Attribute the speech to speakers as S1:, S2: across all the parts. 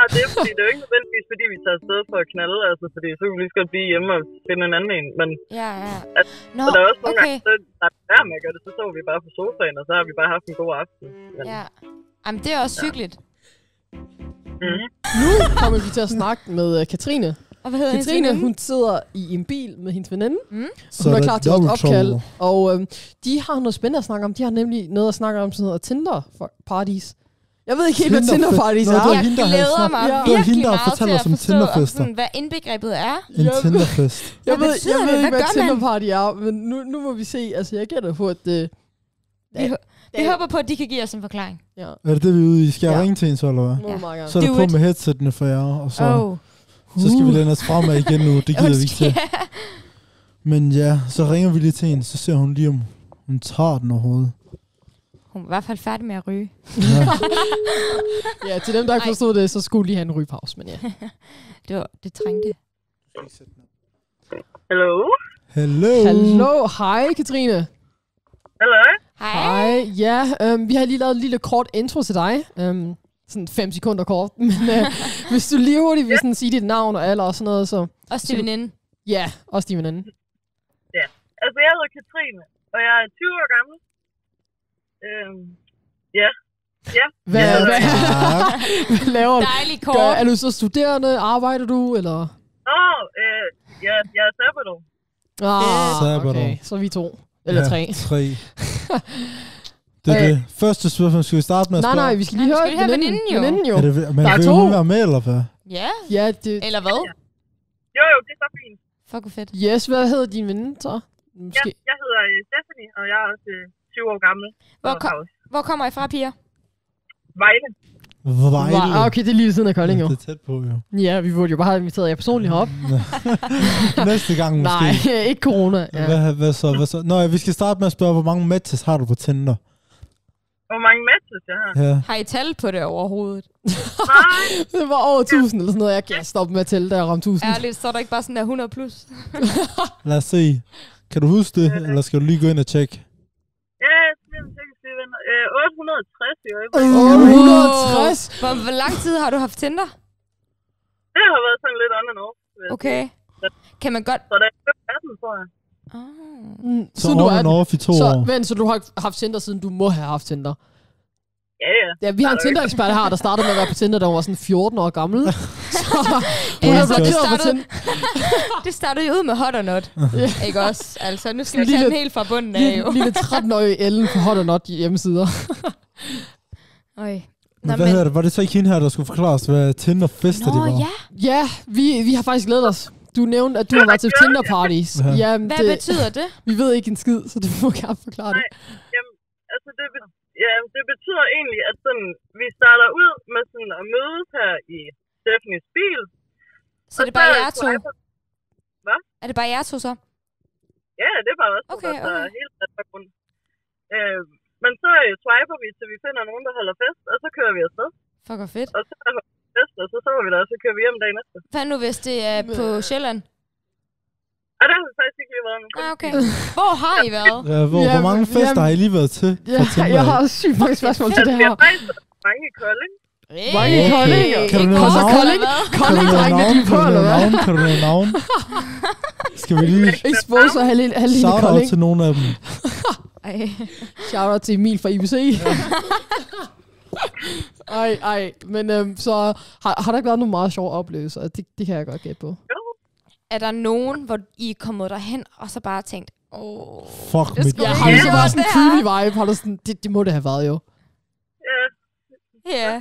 S1: og det er fordi, det er jo ikke nødvendigvis, fordi vi tager afsted for at knalde, altså, fordi så kan vi lige så godt blive hjemme og finde en anden en. Men
S2: Ja, ja. Nå,
S1: så der er også nogle
S2: okay.
S1: gange, så der er der med at gøre det, så sover vi bare på sofaen, og så har vi bare haft en god aften. Men,
S2: Ja. Jamen, det er også hyggeligt.
S1: mm,
S3: Nu kommer vi til at snakke med øh, Katrine.
S2: Og hvad hedder Mm. hendes
S3: Katrine,
S2: veninde?
S3: hun sidder i en bil med hendes veninde.
S4: Så
S3: Hun
S4: er
S3: er
S4: der
S3: klar til et
S4: double
S3: opkald,
S4: trouble.
S3: og øh, de har noget spændende at snakke om. De har nemlig noget at snakke om, sådan noget Tinder-parties. Jeg ved ikke helt, hvad
S4: Tinder-
S3: Tinder-parties
S4: Nå, det
S3: er.
S4: var
S2: Jeg
S4: hende, der havde
S2: glæder mig
S3: snakket- Ja.
S2: ja.
S3: Det
S4: var
S2: virkelig
S4: hende, der
S2: meget
S4: fortalte
S2: til
S4: os
S2: at
S4: om
S2: forstå,
S4: Tinderfester.
S2: sådan, hvad indbegrebet er.
S4: En
S3: Ja.
S4: Tinderfest.
S2: Hvad
S3: Jeg ved,
S2: betyder
S3: jeg
S2: det?
S3: ved
S2: Hvad
S3: ikke, hvad
S2: gør man?
S3: Tinder-party er, men nu, nu må vi se. Altså, jeg gætter på, at... Øh,
S2: Vi, hå- vi
S3: Ja.
S2: håber på, at de kan give os en forklaring.
S3: ja,
S4: Er det det, vi er ude i? Skal jeg
S3: Ja.
S4: ringe til en så, eller hvad?
S3: må
S2: Ja.
S3: du meget gerne.
S4: Så er det
S2: Do
S4: på
S2: it.
S4: med headsettene for jer, og så,
S2: Oh.
S4: så skal vi læne os fremad igen nu. Det gider vi ikke til. Men ja, så ringer vi lige til en, så ser hun lige, om hun tager den overhovedet.
S2: Hun var i hvert fald færdig med at ryge.
S4: Ja.
S3: Ja, til dem, der ikke
S2: Ej.
S3: forstod det, så skulle lige have en rygepause, men ja.
S2: Det, var, det trængte.
S1: hello?
S4: Hello.
S3: Hallo, hej Katrine.
S1: Hello?
S2: Hej.
S3: Hej. Ja, øhm, vi har lige lavet en lille kort intro til dig. Øhm, sådan fem sekunder kort, men øh, hvis du lige hurtigt vil sådan sige dit navn og alder og sådan noget, så
S2: Og til veninde.
S3: ja, også din veninde.
S1: Altså, jeg hedder Katrine, og jeg er 20 år gammel. Øhm, ja. Ja,
S3: Hvad,
S4: Ja,
S3: hvad,
S4: tak.
S3: hvad laver du?
S2: Dejlig
S3: Gør,
S2: kort.
S3: er du så studerende? Arbejder du? Eller?
S1: Åh, øh, jeg, jeg er sabbatår.
S3: Ah,
S4: Sabbatår.
S3: okay. Så er vi to. Eller
S4: ja,
S3: tre.
S4: tre. Det er
S3: Øh.
S4: det. Første spørgsmål, skal vi starte med at
S3: Nej,
S4: spørge?
S3: nej, vi skal lige
S2: Nej, vi
S3: høre
S2: skal lige høre veninden jo.
S3: Veninden jo.
S4: Er det, men
S3: Der er
S4: vil
S3: to.
S4: hun være med, eller hvad?
S2: Ja.
S3: Ja, det,
S2: Eller hvad?
S1: Jo, jo, det er så fint.
S2: Fuck, hvor fedt.
S3: yes, hvad hedder din veninde så?
S1: Ja,
S3: Måske.
S1: jeg hedder øh, Stephanie, og jeg er også øh, 20 år gammel.
S2: Hvor,
S1: Og
S2: kom,
S1: har også
S2: hvor kommer I fra, piger?
S1: Vejle.
S4: Vejle.
S3: Wow, Ah, okay, det er lige ved siden af Kolding jo.
S4: Det er tæt på, jo.
S3: Ja, vi burde jo bare have inviteret jer personligt herop.
S4: Næste gang måske.
S3: Nej, ikke corona.
S4: Ja.
S3: Ja.
S4: Hvad, hvad så, hvad så? Nå, ja, vi skal starte med at spørge, hvor mange matches har du på Tinder?
S1: Hvor mange matches jeg har.
S4: Ja.
S2: Har I tal på det overhovedet?
S1: Nej,
S3: Det var over 1000 eller sådan noget. Jeg kan stoppe med at tælle, da jeg ramte 1000.
S2: Ærligt, så er der ikke bare sådan der 100 plus.
S4: Lad os se. Kan du huske det, eller skal du lige gå ind og tjekke?
S1: ja, det er sikkert, det er venner. Øh, 860 i øjeblikket.
S3: Åh, 160.
S2: Hvor, hvor lang tid har du haft Tinder?
S1: Det har været sådan lidt on and off. øh,
S2: Okay. Kan man godt...
S1: Så der er 18, tror jeg.
S2: Oh.
S3: Mm,
S4: Så on and off i to
S3: så,
S4: år.
S3: men, så du har haft Tinder, siden du må have haft Tinder.
S1: Ja, ja.
S3: Ja, vi har en Tinder-ekspert her, der startede med at være på Tinder, da hun var sådan 14 år gammel. Så hun
S2: Ja,
S3: er
S2: så det
S3: blokeret på
S2: startede-
S3: Tinder.
S2: Det startede jo ud med hot or not. ikke også? Altså, nu skal vi
S3: Lille-
S2: tage den helt fra bunden af, jo.
S3: Lille, lille 13-årige Ellen på Hot Not hjemmesider.
S2: Øj.
S4: Men hvad hedder det? Var det så ikke hende her, der skulle forklare os, hvad Tinder fester de
S2: Nå,
S4: var?
S2: ja.
S3: Ja, vi, vi har faktisk glædet os. Du nævnte, at du har været til Tinder-parties.
S4: Ja.
S3: Ja,
S2: Hvad
S3: det,
S2: betyder det?
S3: vi ved ikke en skid, så du må gerne forklare det.
S1: Altså, det, be- ja, det betyder egentlig, at sådan, vi starter ud med sådan at mødes her i Stephanies bil.
S2: Så er det bare jer to?
S1: swiper-
S2: Er det bare jer to så?
S1: Ja, det var også
S2: Okay,
S1: okay, okay.
S2: okay.
S1: hele baggrund. Øh, men så øh, swiper vi, til vi finder nogen, der holder fest, og så kører vi afsted.
S2: Fuck, hvor fedt.
S1: Og så er der fest, og så sover vi der, og så kører vi hjem dagen efter.
S2: Hvad nu, hvis det er på Sjælland?
S1: Og der har vi faktisk ikke lige været nogen.
S2: Ah, okay. Hvor har I været?
S4: Ja, hvor,
S3: Ja,
S4: hvor mange
S3: men-
S4: fester
S3: jamen-
S4: har I lige været til?
S3: Ja,
S4: fra Tinder?
S3: jeg har også sygt mange spørgsmål til det
S1: Altså, Vi
S3: her.
S1: har faktisk været mange i Kolding.
S3: Mange
S4: Okay.
S3: koldinger.
S4: Kan du
S2: Kors
S4: nævne
S2: og
S4: navn?
S2: Kolding?
S4: Kan du nævne
S3: Kolding-drengene,
S4: navn?
S3: de er på,
S4: Kan du
S3: eller
S4: nævne
S3: hvad?
S4: navn? Kan du nævne navn? Skal vi lige
S3: Exposer halvdelen halvdelen af
S4: shout out
S3: Kolding.
S4: til nogle af dem?
S2: Ej.
S3: Shout out til Emil fra IBC. ej, ej. Men øhm, så har, har der ikke været nogle meget sjove oplevelser? og Det, det kan jeg godt gætte på.
S2: Er der nogen, hvor I er kommet derhen, og så bare tænkt, åh...
S4: Fuck
S2: Det
S4: mit
S2: skulle
S3: Ja,
S2: jeg
S3: har du
S2: ikke
S3: så
S2: have været
S3: været Altså, sådan en
S2: der.
S3: creepy vibe? Har du sådan, det, det må det have været jo.
S1: Ja,
S2: Ja.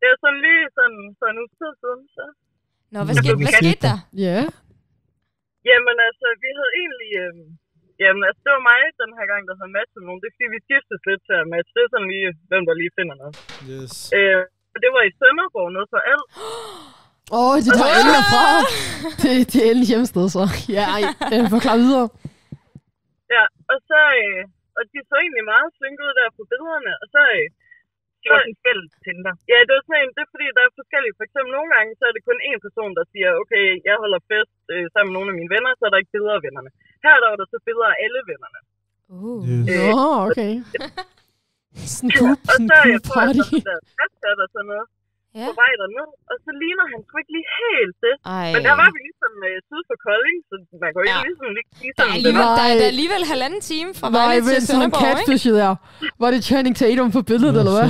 S1: det er sådan lige sådan, for en uge tid siden. Så.
S2: Nå, hvad skete, hvad skete der?
S3: Ja.
S1: Jamen altså, vi havde egentlig... Øhm, jamen altså, det var mig den her gang, der havde matchet nogen. Det er fordi, vi skiftes lidt til at matche. Det er sådan lige, hvem der lige finder noget.
S4: Yes.
S1: Øh, og det var i Sønderborg, noget for alt.
S3: Åh, oh, det tager Ellen fra. Det, det er Ellen hjemsted, så. Ja, ej. Øh, forklar videre.
S1: Ja, og så... Øh, og de så egentlig meget flinke ud der på billederne. Og så... Øh, det var sådan fælles Tinder. Ja, det var sådan en, det er fordi, der er forskellige. For eksempel nogle gange, så er det kun én person, der siger, okay, jeg holder fest øh, sammen med nogle af mine venner, så er der ikke billeder af vennerne. Her der var der så billeder af alle vennerne.
S2: Uh.
S4: Yes.
S3: Nå, okay. Sådan en group,
S1: Og
S3: sådan en
S1: så er jeg
S3: group
S1: på, at
S3: party.
S1: der er sådan noget.
S2: Ja.
S1: på vej derned, og så ligner han sgu ikke lige helt det.
S2: Ej.
S1: Men der var vi ligesom øh, syd for Kolding, så man kunne ikke
S2: Ja.
S1: ligesom lige sige
S2: Der er
S1: sådan, det
S2: alligevel,
S1: var
S2: der, er,
S3: Nej.
S2: der er alligevel halvanden time fra
S3: Nej,
S2: Vejle til
S3: vent, så han
S2: Sønderborg, ikke?
S3: catfished der. Var det Channing Tatum på billedet, eller hvad?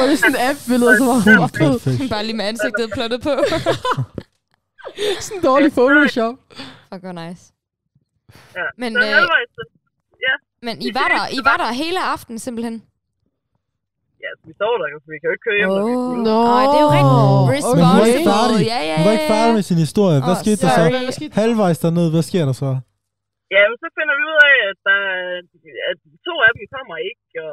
S3: Var det sådan en app-billede, så var
S4: Helt
S3: han
S4: perfekt.
S2: Bare lige med ansigtet plottet på.
S3: sådan en dårlig Photoshop.
S2: Fuck, hvor nice.
S1: ja.
S2: Men,
S1: så
S2: øh,
S1: halvvejs, så,
S2: Men I var der, I var der hele aften, simpelthen?
S1: ja, vi sov der jo, for vi kan jo ikke køre hjem. når vi er fulde.
S3: Nå.
S2: Ej, det er jo rigtig
S3: Okay.
S4: Men hun var ikke
S2: responsible.
S4: færdig.
S2: Ja, ja,
S4: Hun var ikke
S2: ja,
S4: færdig
S2: ja.
S4: med sin historie. Hvad
S2: Åh,
S4: skete der så?
S2: sorry.
S4: Halvvejs dernede, hvad sker der så?
S1: Ja, men så finder vi ud af, at, der, er- at to af dem kommer ikke, og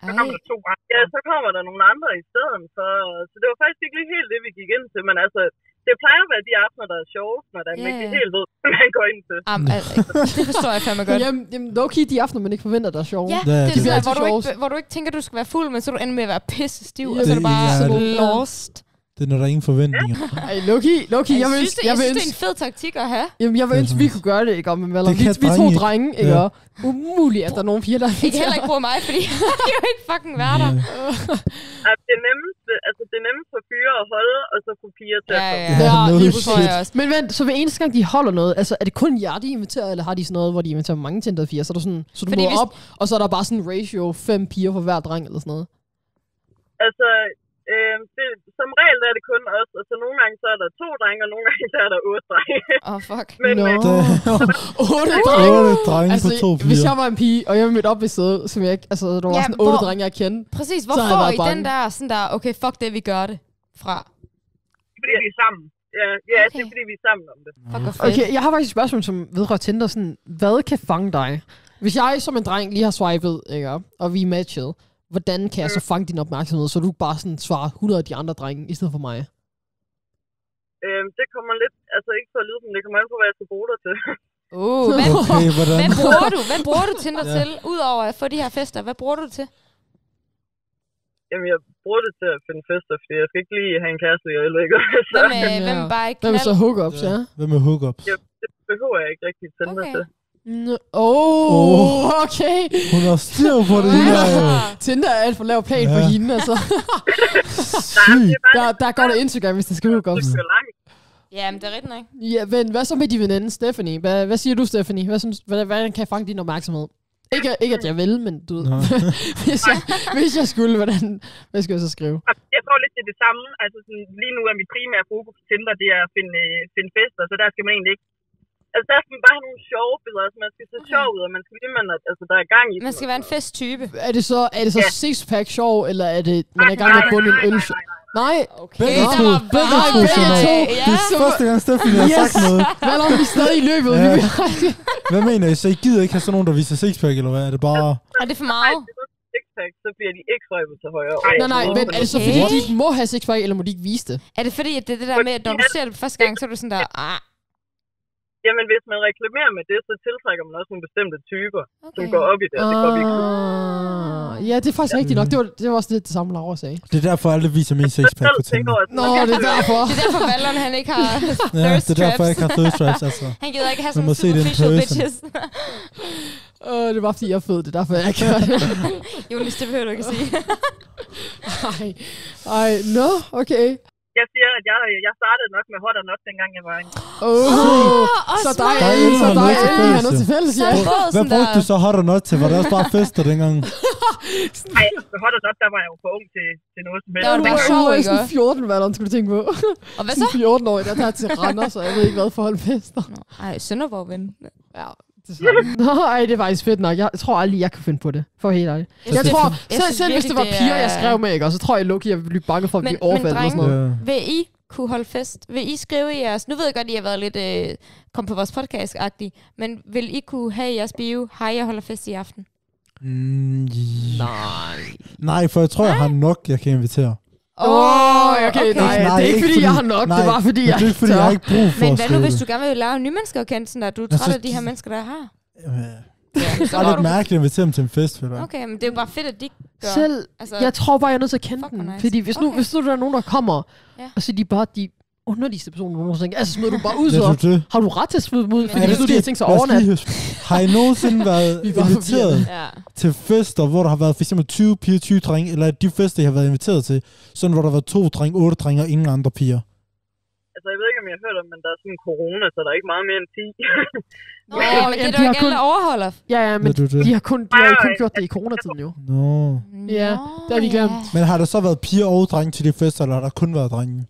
S1: så kommer
S2: Ej.
S1: der to andre. Ja, så kommer der nogle andre i stedet for, så det var faktisk ikke lige helt det, vi gik ind til, men altså, det plejer at være de aftener, der er sjovest, når der
S2: Ja,
S1: yeah. ikke
S2: ja.
S1: helt ved, hvad man går ind til.
S2: Am, altså, det forstår jeg fandme godt.
S3: Jamen, jamen low-key de aftener, man ikke forventer, der er sjov.
S2: Ja,
S4: Ja,
S2: det er
S4: det
S2: sådan, der,
S3: er
S2: hvor, du
S3: altid
S2: ikke, hvor du ikke tænker, du skal være fuld, men så er du ender med at være pisse stiv, og
S3: Ja,
S2: så er du
S4: det-
S2: bare
S4: ja,
S3: det-
S2: lost.
S4: Det er, når der er ingen forventninger.
S3: Ej, low-key, low-key,
S2: Jeg,
S3: jeg vil
S2: synes,
S3: ønske,
S2: det,
S3: jeg
S2: jeg
S3: vil
S2: synes, det er
S3: ønske,
S2: en fed taktik at have.
S3: jamen, jeg vil
S4: Det er
S3: ønske, vi kunne gøre det, ikke? Om, eller,
S4: Det
S3: vi,
S4: kan
S3: vi to
S4: drenge ikke.
S3: drenge, ikke?
S4: Ja.
S3: Ja. Umuligt, at der er nogen piger, der
S2: Ikke heller ikke bruge mig, fordi jeg er jo ikke fucking være der.
S1: At det nemmeste, altså det nemmeste for fyre at holde, og så for piger til
S2: Ja,
S1: at
S2: ja,
S1: komme.
S2: ja.
S4: Ja, no
S3: lige
S2: Det
S3: præcis.
S2: tror jeg også.
S3: Men vent, så hver eneste gang, de holder noget, altså er det kun jer, de inviterer, eller har de sådan noget, hvor de inviterer mange tændede fire, så er der sådan, så du
S2: Fordi
S3: møder
S2: hvis-
S3: op, og så er der bare sådan en ratio, fem piger for hver dreng, eller sådan noget.
S1: Altså, øh, det, som regel er det kun os, og så nogle gange så er der to drenge, og nogle gange så er der otte drenge.
S2: Åh, oh, fuck.
S1: Men
S3: Nå,
S1: øh,
S3: otte
S4: Der er
S3: drenge.
S4: otte drenge på to
S3: Altså, hvis
S4: piger.
S3: jeg var en pige, og jeg mødte op ved sædet, som jeg ikke, altså der var
S2: Ja,
S3: ja, sådan otte
S2: hvor-
S3: drenge, jeg kendte.
S2: Præcis,
S3: Så
S2: hvor
S3: har jeg
S2: får
S3: været
S2: I
S3: bange.
S2: den der, sådan der, okay, fuck det, vi gør det fra?
S1: fordi vi er sammen. Ja, ja okay. det er
S2: Okay.
S1: fordi, vi er sammen om det.
S2: Fuck, hvor fedt.
S3: Okay, jeg har faktisk et spørgsmål, som vedrører Tinder, sådan, hvad kan fange dig? Hvis jeg som en dreng lige har swipet, ikke, og vi er matchet, hvordan kan jeg
S2: Mm.
S3: så fange din opmærksomhed, så du bare sådan svarer 100 af de andre drenge, i stedet for mig?
S1: Øh, det kommer lidt, altså ikke for at lyde, men det kommer an på, hvad jeg skal bruge dig til.
S2: Oh, hvad,
S4: Okay, hvordan?
S2: hvad bruger du? Hvad bruger du Tinder
S4: Ja.
S2: til? Udover at få de her fester, hvad bruger du det til?
S1: Jamen, jeg bruger det til at finde fester, fordi jeg skal ikke lige have en kæreste i øjeblikket. Så
S2: Hvem, øh,
S3: Ja.
S2: hvem bare ikke
S3: Hvem er så
S2: knald?
S3: hookups, ja?
S4: Hvad med hookups?
S1: Ja. det behøver jeg ikke rigtig tænde okay.
S2: Okay.
S1: til.
S3: Nå, Åh, oh, okay.
S4: Hun har styr på det
S2: Ja.
S4: her. jo.
S3: Tinder er alt for lav plan ja. for
S4: Ja.
S3: hende, altså.
S4: Sygt.
S3: Der, der går der Instagram, hvis det skal hookups.
S1: Det kører langt.
S2: Ja, men det er rigtigt nok.
S3: Ja, men hvad så med din veninde, Stephanie? Hvad, hvad siger du, Stephanie? Hvad, synes, hvad, hvad kan jeg fange din opmærksomhed? Ikke, ikke at jeg vil, men du ved.
S4: Nå.
S3: hvis, jeg, hvis jeg skulle, hvordan, hvad skal jeg så skrive?
S1: Jeg tror lidt, det er det samme. Altså, sådan, lige nu er mit primære fokus på Tinder, det er at finde, øh, finde fester, så der skal man egentlig ikke... Altså, der skal man bare have nogle sjove billeder, så man skal se sjov ud, og man skal vide, man er, altså, der er gang i
S2: Man
S1: den.
S2: skal være en festtype.
S3: Er det så, er det så
S1: Ja.
S3: sixpack sjov, eller er det, man er i gang med at bunde en øl? Nej,
S2: Okay,
S4: Begge
S2: der
S4: to.
S2: var
S4: Begge to,
S2: bare-
S3: Signe.
S2: Ja,
S4: Det er første gang, Stephanie har sagt
S3: Yes.
S4: noget.
S3: hvad om vi er stadig i løbet?
S4: Ja.
S3: Ja.
S4: Hvad mener I? Så I gider ikke have sådan nogen, der viser sixpack, eller hvad? Er det bare...
S2: Er det for
S1: Nej,
S2: meget?
S1: det er sixpack, så bliver de ikke røbet til højre.
S3: Nej, nej, men er det så, fordi de ikke må have sixpack, eller må de ikke vise det?
S2: Er det fordi, at det er det der med, at når du ser det første gang, så er du sådan der, ah,
S1: Jamen, hvis man reklamerer med det, så tiltrækker man også nogle bestemte typer, okay. som
S2: okay.
S1: går op i det, og det går vi ikke. ud.
S3: Ah, ja, det er faktisk rigtigt nok. Det var, det var også lidt det samme, Laura sagde.
S4: Det er derfor, jeg aldrig viser min sixpack
S1: Selv
S4: på
S1: tænker
S4: Tinder.
S1: jeg, at
S3: Nå,
S1: man kan
S3: det er
S1: høre,
S3: derfor.
S2: Det er derfor, Valon, han ikke har
S4: Ja,
S2: thirst
S4: det er derfor, jeg
S2: traps.
S4: ikke har thirst traps, altså.
S2: Han gider ikke have
S4: Man
S2: sådan
S4: må
S2: nogle
S4: se det in
S2: superficial
S4: person.
S2: bitches.
S3: Øh, det var, fordi jeg er fed. Det er derfor, jeg ikke gør det.
S2: Jonas, det behøver du ikke at sige.
S3: Ej, ej, nå, no, okay.
S1: Jeg siger, at jeg, jeg startede nok med hot og not, dengang jeg var en
S3: Oh,
S2: også
S3: så dig,
S2: mig.
S3: Ellie, så
S4: Der er
S3: dig,
S4: noget til
S3: Ellie, har
S4: fælles,
S3: noget til fælles,
S2: Så
S3: ja.
S2: er det fået
S4: Hvad
S2: sådan
S4: brugte
S2: Ah, der.
S4: du så hot og not til? Var det også bare fester dengang?
S1: Nej, med hot og not, der var jeg jo for ung til, til noget som helst.
S2: Der var du
S3: Du
S2: bare
S3: var
S2: sjov,
S3: jo
S2: ikke?
S3: sådan 14, hvad skulle du tænke på?
S2: Og hvad så?
S3: Sådan 14 år, der tager til Randers, så jeg ved ikke, hvad forhold fester.
S2: Nå, Ej, Sønderborg, ven.
S3: Ja, det er Nå, ej, det er faktisk fedt nok. Jeg tror aldrig, jeg kan finde på det, for helt ærligt.
S2: Jeg
S3: Jeg
S2: synes-
S3: tror,
S2: jeg
S3: selv,
S2: synes
S3: selv hvis det var
S2: virkelig, det
S3: piger, jeg
S2: er-
S3: skrev med, ikke? Og så tror jeg, Loki, jeg ville blive bange for at
S2: Men-
S3: blive
S2: men
S3: overfaldet eller sådan noget.
S4: Ja.
S2: Vil I kunne holde fest? Vil I skrive i jeres... Nu ved jeg godt, I har været lidt... Øh, kom på vores podcast-agtige. Men vil I kunne have i jeres bio, hej, jeg holder fest i aften?
S4: Mm, ja.
S3: Nej.
S4: Nej, for jeg tror, jeg har nok, jeg kan invitere.
S3: Åh, oh, okay, okay, nej,
S4: Nej,
S3: det er ikke,
S4: ikke
S3: fordi
S4: fordi-
S3: jeg har nok, det
S4: nej,
S3: var, fordi
S4: Men
S3: jeg
S4: det er ikke, fordi
S3: tør.
S4: jeg har ikke brug for
S2: Men
S4: at
S2: hvad nu,
S4: skrive
S2: hvis
S4: det.
S2: du gerne vil lave nye mennesker at kende, sådan der, du er
S4: Jeg
S2: træt af
S4: synes,
S2: de her
S4: de-
S2: mennesker, der er her?
S4: Jamen,
S2: Ja,
S4: Det er lidt mærkeligt at invitere dem til en fest, føler jeg.
S2: Okay, men det er jo bare fedt, at de gør.
S3: Selv,
S2: altså,
S3: jeg tror bare, jeg er nødt til at kende
S2: Fuck,
S3: den.
S2: hvor nice.
S3: Fordi hvis nu,
S2: Okay.
S3: hvis nu der er nogen, der kommer,
S2: Ja.
S3: og så er de bare, de underligste person, hvor man tænker, altså smider du bare ud,
S4: Ja,
S3: så
S4: du det.
S3: har du ret til at smide dem ud, fordi
S2: Ja,
S3: hvis
S4: det
S3: du lige har
S4: skal-
S3: tænkt sig
S4: lad os
S3: overnat.
S4: lige huske. Har I nogensinde været
S3: Vi var
S4: inviteret
S2: Ja.
S4: til fester, hvor der har været for eksempel 20 piger, 20 drenge, eller de fester, jeg har været inviteret til, sådan hvor der var to drenge, otte drenge og ingen andre piger?
S1: Altså, jeg ved ikke, om jeg har hørt om, men der er sådan corona, så der er ikke meget mere end 10.
S2: Nå, men det er
S3: jamen,
S2: der
S3: de
S2: jo
S3: har
S2: ikke alle, der overholder.
S3: Ja, ja, men
S4: Ved du det?
S3: de har, kun, de har jo kun gjort det i coronatiden jo.
S4: Nå.
S3: Ja,
S2: Nå,
S3: det har vi glemt.
S2: ja.
S4: Men har der så været piger og drenge til de fester, eller har der kun været drenge?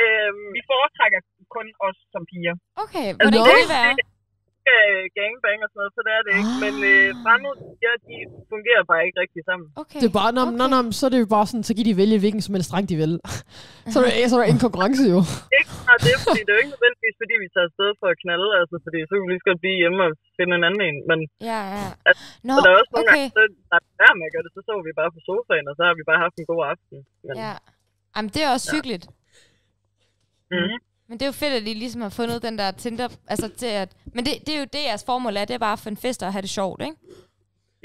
S1: øhm, vi foretrækker kun os som piger.
S2: Okay, hvordan kan det være?
S1: Ikke øh, gangbang og sådan noget, så det er det ikke. Men øh, fremmede piger, de fungerer bare ikke rigtig sammen.
S2: Okay.
S3: Det er bare, nå, okay. nå, nå, så er det jo bare sådan, så kan de vælge, hvilken som helst dreng de vil. så er der, så er der en konkurrence jo.
S1: Ikke bare det, fordi det er jo ikke nødvendigvis, fordi vi tager afsted for at knalde, altså, fordi så kan vi lige så godt blive hjemme og finde en anden en. Men
S2: Ja, ja. Nå,
S1: så der er også nogle
S2: okay.
S1: gange, så der er værd med at gøre det, så sover vi bare på sofaen, og så har vi bare haft en god aften. Men,
S2: Ja. Jamen, det er også hyggeligt.
S1: Mhm.
S2: Men det er jo fedt, at I ligesom har fundet den der Tinder... Altså, til at, men det, det er jo det, jeres formål er. Det er bare at få en fest og have det sjovt, ikke?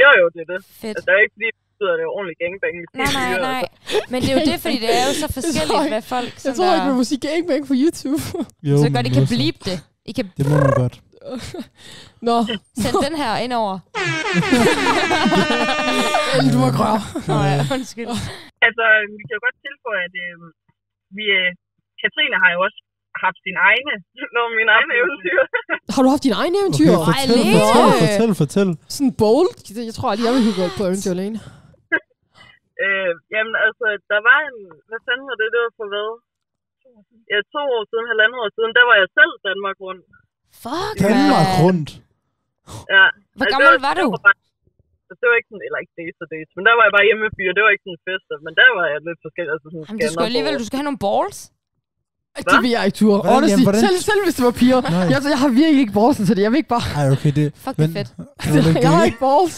S1: Jo, jo, det er det.
S2: Fedt.
S1: Altså, det er jo ikke fordi, det betyder, at det er ordentligt gangbang. Med
S2: Nej, nej, nej. Men det er jo det, fordi det er jo så forskelligt, hvad folk...
S3: Jeg
S2: sådan
S3: tror
S2: der-
S3: ikke, man må sige gangbang på YouTube.
S4: Jo,
S2: Så det er godt, I
S4: men
S2: kan
S4: altså,
S2: blive det. I kan
S4: Det må man godt.
S3: Nå,
S2: sende den her ind over.
S3: El, du var grøn.
S2: Nå ja, undskyld.
S1: Altså, vi kan jo godt tilføje, at øh, vi, øh, Katrine har jo også haft sin egne, når min egen eventyr.
S3: Har du haft din egen
S4: Okay,
S3: eventyr? Okay.
S4: fortæl,
S2: Ej,
S4: fortæl,
S3: Lene!
S4: fortæl, fortæl.
S3: Sådan bold? Jeg tror aldrig, jeg vil hygge på eventyr alene.
S1: Øh, jamen, altså, der var en... Hvad fanden var det, det var for hvad? Ja, to år siden, halvandet år siden, der var jeg selv Danmark rundt.
S2: Fuck,
S4: Danmark
S2: mand.
S4: rundt.
S1: Ja.
S2: Hvor
S1: Altså,
S2: gammel
S1: det
S2: var du?
S1: Det var, bare, altså, det var ikke sådan, eller ikke days og dates, men der var jeg bare hjemme fyr, det var ikke sådan en fest, men der var jeg lidt forskellig. Altså sådan
S2: Jamen, du skal alligevel du skal have nogle balls.
S3: Ej, Det vil jeg ikke ture.
S4: Hvordan-
S3: Honestly,
S4: jamen, hvordan-
S3: selv, selv hvis det var piger.
S4: Nej.
S3: Jeg, altså, jeg har virkelig ikke borsen til det. Jeg vil ikke bare...
S4: Ej, okay, det...
S2: Fuck, det
S4: men,
S2: er fedt.
S4: Hvordan,
S3: jeg har
S4: gik-
S3: ikke balls.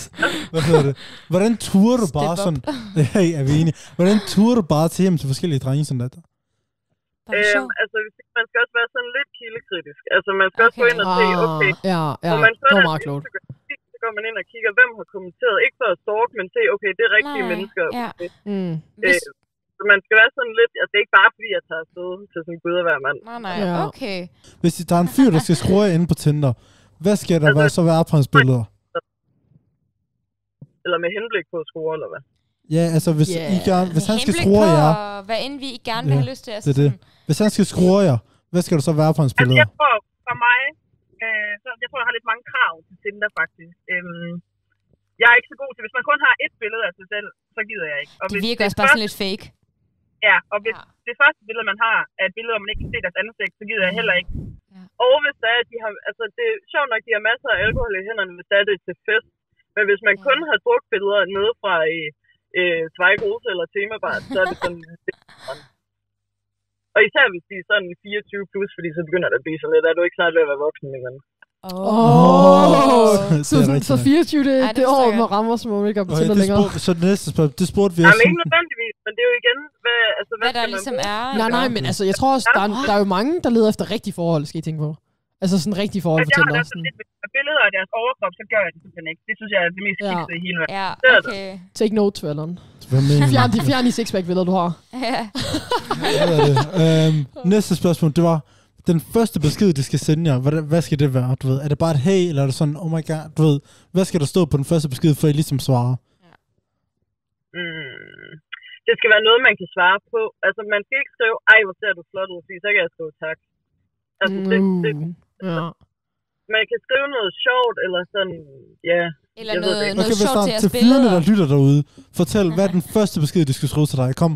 S4: hvad hedder det? Hvordan turer du bare
S2: Step
S4: sådan... Hey, er vi enige? Hvordan turer du bare til hjem til forskellige drenge sådan der?
S2: Bare for sjov.
S1: Øhm, altså, man skal også være sådan lidt kildekritisk. Altså, man skal okay. også gå
S2: Okay.
S1: ind og se, okay,
S3: Ah, ja, ja.
S1: Når man så
S3: Det
S1: er
S3: var meget klogt.
S1: Instagram, så går man ind og kigger, hvem har kommenteret. Ikke for at stalk, men se, okay, det er rigtige
S2: Nej,
S1: mennesker.
S2: ja.
S3: Mm.
S2: Hvis,
S1: Øh, Så man skal være sådan lidt, at det er ikke bare fordi, jeg tager afsted til sådan en gud at være mand.
S2: nej, nej,
S3: Ja.
S2: okay.
S4: Hvis der er en fyr, der skal skrue jer inde på Tinder, hvad skal der være, så være på hans billeder?
S1: Eller med henblik på at score, eller hvad.
S4: Ja, altså hvis,
S3: Ja.
S4: yeah. I gerne, hvis
S2: Med
S4: han skal
S2: henblik
S4: skrue
S2: på,
S4: jer,
S2: Hvad end vi gerne vil
S4: Ja,
S2: have lyst til. Altså,
S4: det er det. hvis han skal skrue jer, hvad skal der så være på hans
S5: Altså,
S4: billeder?
S5: jeg tror, for mig, øh, så, jeg tror, jeg har lidt mange krav til Tinder, faktisk. Øhm, jeg er ikke så god til, hvis man kun har et billede af sig selv, så gider jeg ikke. Og
S2: Det
S5: hvis
S2: virker også bare
S5: første,
S2: sådan lidt fake.
S5: Ja, og hvis
S2: Ja.
S5: det første billede, man har, er et billede, hvor man ikke kan se deres ansigt, så gider jeg heller ikke.
S2: Ja.
S1: Og hvis der er, at de har, altså det er sjovt nok, de har masser af alkohol i hænderne, hvis der er det er til fest. Men hvis man
S2: Ja.
S1: kun har brugt billeder nede fra i øh, Svejgrose eller Temabar, så er det sådan lidt sådan. Og især hvis de er sådan 24 plus, fordi så begynder det at blive sådan lidt, er du ikke snart ved at være voksen længere?
S3: Åh,
S4: Åh, det
S3: så,
S4: er
S3: sådan-
S4: rigtigt
S3: så
S4: nok.
S3: 24, det,
S2: Ej,
S3: det,
S2: det
S3: det
S2: forstår
S3: år,
S2: jeg
S3: man rammer, så må man ikke op på
S4: Okay,
S3: Tinder
S4: det
S3: længere.
S4: spurgte, så det næste spørgsmål, det spurgte vi
S1: Nej,
S4: også.
S1: men ikke nødvendigvis, men det er jo igen, hvad, altså, hvad,
S2: Hvad der
S1: skal man
S2: ligesom
S1: bruge?
S2: er.
S3: Nej, nej, men altså, jeg tror også, der er, der er jo mange, der leder efter rigtige forhold, skal I tænke på. Altså sådan rigtige forhold
S5: Altså,
S3: på
S5: jeg har da
S3: Tinder.
S5: sådan
S3: Sådan
S5: lidt, hvis der er billeder af deres overkrop, så gør jeg det simpelthen ikke. Det synes jeg er det mest
S3: Ja.
S5: kiksede i hele verden.
S2: Ja,
S1: Det er altså- det.
S2: okay.
S3: take note, Tvelleren.
S4: Hvad mener du?
S3: Fjern de, fjern de sixpack-billeder, du har.
S2: Ja.
S4: Hvad er det? Øhm, næste spørgsmål, det var, den første besked, de skal sende jer, hvad, hvad skal det være, du ved? Er det bare et hey, eller er det sådan, oh my god, du ved, hvad skal der stå på den første besked, for I ligesom svarer?
S1: Mm. Det skal være noget, man kan svare på. Altså, man skal ikke skrive, ej, hvor ser du flot ud, fordi så kan jeg skrive tak. Altså, det,
S3: Mm.
S1: det,
S3: Ja.
S1: man kan skrive noget sjovt, eller sådan, ja.
S2: Eller
S1: Jeg ved det
S2: noget,
S1: ikke.
S2: noget
S4: Okay, hvis
S2: sjovt
S4: der
S2: til
S4: er
S2: at
S4: til
S2: spille.
S4: fyrene, der lytter derude, fortæl, hvad er den første besked, de skal skrive til dig? Kom,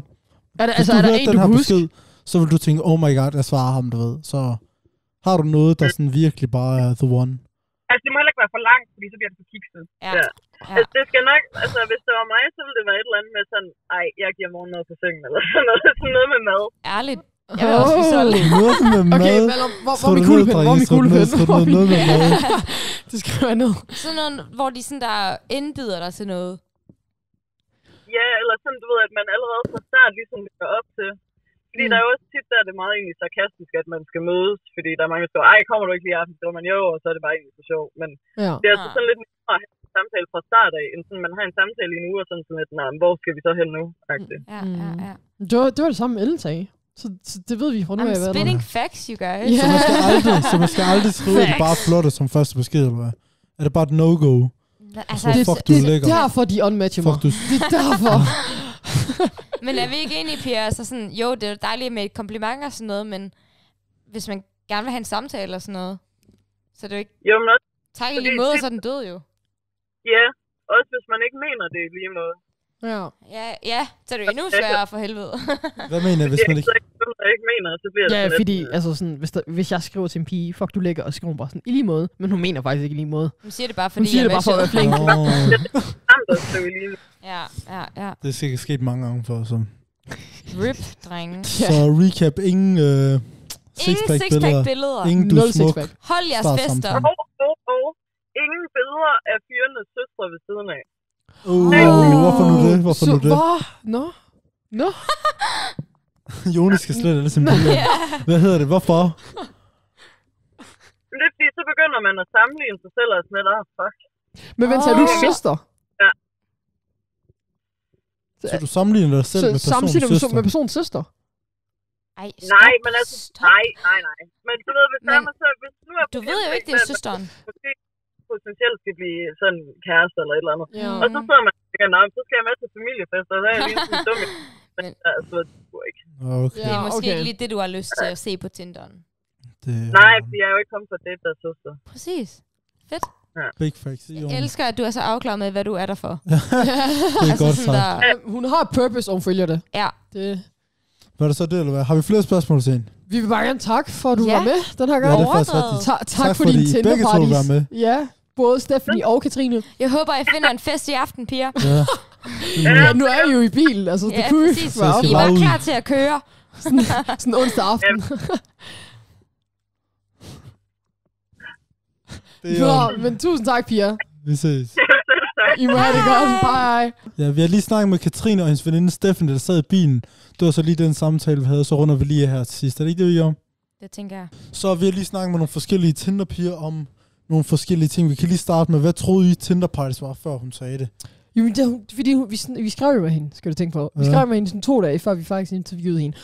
S3: Er der,
S4: Hvis
S3: altså,
S4: du
S3: er der
S4: hørte
S3: en,
S4: den
S3: du
S4: her
S3: kan huske?
S4: besked, så vil du tænke, oh my god, jeg svarer ham, du ved. Så har du noget, der sådan virkelig bare er the one.
S5: Altså, det må heller ikke være for langt, fordi så bliver det for kikset.
S2: Ja.
S1: Ja.
S2: ja.
S1: Altså, det skal nok, altså, hvis det var mig, så ville det være et eller andet med sådan, ej, jeg giver morgen noget på sengen, eller sådan noget, sådan noget med mad.
S2: Ærligt. Jeg vil også blive solgt.
S4: Noget med mad.
S3: Okay, Valum, hvor, hvor
S4: Skriv
S3: er
S4: det
S3: min
S4: ned,
S3: kuglepen?
S4: drenge,
S3: Hvor er min
S4: skriv det ned,
S3: kuglepen?
S4: skriv det
S3: Hvor er
S4: ned,
S3: min
S4: noget med mad.
S3: Det skriver jeg ned.
S2: Sådan noget, hvor de sådan der indbyder dig til noget.
S1: Ja, eller sådan, du ved, at man allerede fra start ligesom ligger op til. Fordi
S3: Mm.
S1: mm. der er jo også tit, der er det meget egentlig sarkastisk, at man skal mødes, fordi der er mange, der skriver, ej, kommer du ikke lige i aften? Så er man jo, og så er det bare egentlig så sjovt. Men
S3: Ja.
S1: det er altså
S2: Ah.
S1: sådan lidt nemmere at have en samtale fra start af, end sådan, man har en samtale i en uge, og sådan sådan lidt, nej, men hvor skal vi så hen nu? Mm.
S2: Ja,
S3: Mm.
S2: ja, ja.
S3: Det var det, var det samme, Ellen sagde. Så, så det ved vi fra nu af,
S2: I'm
S3: hvad der
S2: spinning facts, you guys.
S3: Ja.
S4: Så man skal aldrig, så man skal aldrig skrive, at det
S3: Facts.
S4: bare er flotte som første besked, eller hvad? Er det bare et no-go?
S2: Nå, Altså,
S4: tror,
S2: altså,
S4: fuck,
S3: det,
S4: du er
S3: det, det
S4: lækker.
S3: er derfor, de unmatcher mig.
S4: Fuck, du...
S3: Det er derfor.
S2: men er vi ikke enige, Pia? Altså sådan, jo, det er dejligt med et kompliment og sådan noget, men hvis man gerne vil have en samtale og sådan noget, så er det jo ikke
S1: Jo, men også,
S2: tak i
S1: Fordi
S2: lige måde,
S1: det-
S2: så er den død jo.
S1: ja, også hvis man ikke mener det lige måde.
S3: ja.
S2: Ja, ja, så er det jo endnu sværere for helvede.
S4: Hvad mener jeg, hvis man ikke...
S1: Så ikke, dem, der ikke mener, så bliver det
S3: ja,
S1: sådan
S3: fordi
S1: lidt,
S3: altså sådan, hvis, der, hvis jeg skriver til en pige, fuck du lækker, og så skriver hun bare sådan, i lige måde. Men hun mener faktisk ikke i lige måde.
S2: Hun siger det bare, fordi
S3: Hun siger
S2: jeg
S3: det bare for at være flink.
S4: Nå,
S1: samt at skrive lige måde.
S2: Ja, ja, ja.
S4: det er sikkert sket mange gange for os. så.
S2: Rip, drenge.
S4: Så recap, ingen øh,
S2: Ingen
S4: sixpack-billeder.
S2: sixpack-billeder.
S4: Ingen du
S3: Nul
S4: er smuk.
S3: sixpack.
S2: Hold jeres
S4: Start
S2: fester.
S4: samtalen.
S1: Og, og, og, ingen billeder af fyrenes søstre ved siden af.
S4: Uh, hvorfor nu det? Hvorfor
S3: så,
S4: nu det?
S3: Hvor? Nå? Nå?
S4: Jonas skal slet alle sine billeder.
S2: Ja.
S4: Hvad hedder det? Hvorfor?
S1: Men det er fordi, så begynder man at sammenligne sig selv og sådan lidt, ah, fuck.
S3: Men vent, er du
S2: Åh.
S3: søster?
S4: Så du sammenligner dig selv
S3: Så
S4: med personens
S3: samtidig med,
S4: søster?
S3: med personens søster?
S2: Ej,
S1: Nej, men altså,
S2: stop.
S1: nej, nej, nej. Men du ved, hvis,
S2: Men-
S1: men, så, hvis nu er
S2: Du ved jo ikke, det er søsteren.
S1: Måske potentielt skal blive sådan kæreste eller et eller andet.
S3: Ja.
S1: Mm. Og så sidder man og tænker, "Nå, men så skal jeg med til familiefest, og så er jeg lige sådan dum. i- Men
S2: Men-
S1: altså, det går ikke.
S4: Okay.
S2: Det er
S3: Ja,
S2: måske
S3: okay.
S2: ikke lige det, du har lyst til at se på Tinderen.
S4: Det er
S1: Nej, for jeg er jo ikke kommet for det, der søster.
S2: Præcis.
S4: Big facts.
S2: Jeg elsker, at du er så afklaret med, hvad du er der for. Altså
S4: Det er godt sagt.
S2: der,
S3: Hun har et purpose, og hun følger det.
S2: ja.
S3: det.
S4: Var det så det, eller hvad? Har vi flere spørgsmål til hende?
S3: Vi vil bare gerne takke for, at du
S2: Ja.
S3: ja. var med den her
S4: Ja,
S3: gang.
S4: det er faktisk
S2: Overdrevet.
S4: rigtigt.
S3: Ta- tak,
S4: Tak
S3: for,
S4: fordi
S3: din
S4: I begge to
S3: Tinder parties.
S4: var med.
S3: Ja, både Stephanie og Katrine.
S2: Jeg håber, I finder en fest i aften, piger.
S4: Ja.
S3: Ja, nu er I jo i bil, altså det
S2: Ja,
S3: kunne
S2: præcis.
S3: jo være op.
S2: I
S4: Bare
S2: var
S4: ud.
S2: klar til at køre.
S3: Sådan en onsdag aften.
S4: Det er
S3: Nå,
S4: jo-
S3: men tusind tak, Pia.
S4: Vi ses.
S3: I må have det godt. Bye.
S4: Ja, vi har lige snakket med Katrine og hendes veninde Steffen, der sad i bilen. Det var så lige den samtale, vi havde, så runder vi lige her til sidst. Er det ikke det, vi gjorde?
S2: Det tænker jeg.
S4: Så vi har lige snakket med nogle forskellige Tinder-piger om nogle forskellige ting. Vi kan lige starte med, hvad troede I Tinder-parties var, før hun sagde det?
S3: Jamen, det, er hun- fordi hun, vi, sn- vi skrev jo med hende, skal du tænke på. Vi
S4: Ja.
S3: skrev med hende sådan to dage, før vi faktisk interviewede hende.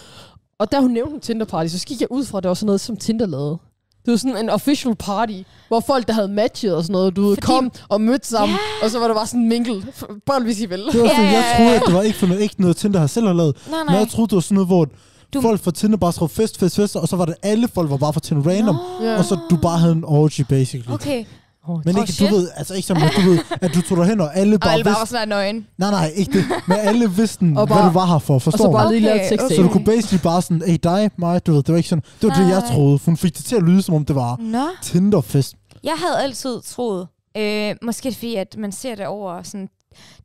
S3: Og da hun nævnte Tinder party, så gik jeg ud fra, at det var sådan noget, som Tinder lavede. Det var sådan en official party, hvor folk, der havde matchet og sådan noget, du ved,
S2: Fordi-
S3: kom og mødte sammen, og så var der bare sådan en mingle. F- Bold, hvis I vil.
S4: Det var sådan,
S2: Ja,
S4: jeg
S2: ja,
S4: troede,
S2: ja.
S4: at det var ikke for noget, ikke noget Tinder har selv har lavet.
S2: Nej,
S4: Men
S2: nej.
S4: jeg troede, det var sådan noget, hvor
S2: Du-
S4: du... folk fra Tinder bare skrev fest, fest, fest, og så var det alle folk, var bare fra Tinder random.
S3: Ja.
S4: Og så du bare havde en orgy, basically.
S2: Okay.
S3: Oh,
S4: Men
S2: Åh,
S4: ikke,
S2: shit.
S4: du ved, altså ikke som, at du ved, at du tog dig hen, og alle
S2: Og
S4: bare
S2: alle bare var
S4: vidste,
S2: sådan her nøgen.
S4: nej, nej, ikke det, men alle vidste,
S3: Og
S4: hvad
S3: bare-
S4: du var her for,
S3: og
S4: forstår
S3: så
S4: du?
S3: bare lige
S2: Okay,
S3: lavet sex
S2: okay.
S4: Så du
S3: dating.
S4: kunne basically bare sådan, hey dig, mig, du ved, det var ikke sådan, det var det, jeg
S2: Nej.
S4: troede. Hun fik det til at lyde, som om det var
S2: Nå.
S4: Tinderfest.
S2: Jeg havde altid troet, øh, måske er det fordi, at man ser det over sådan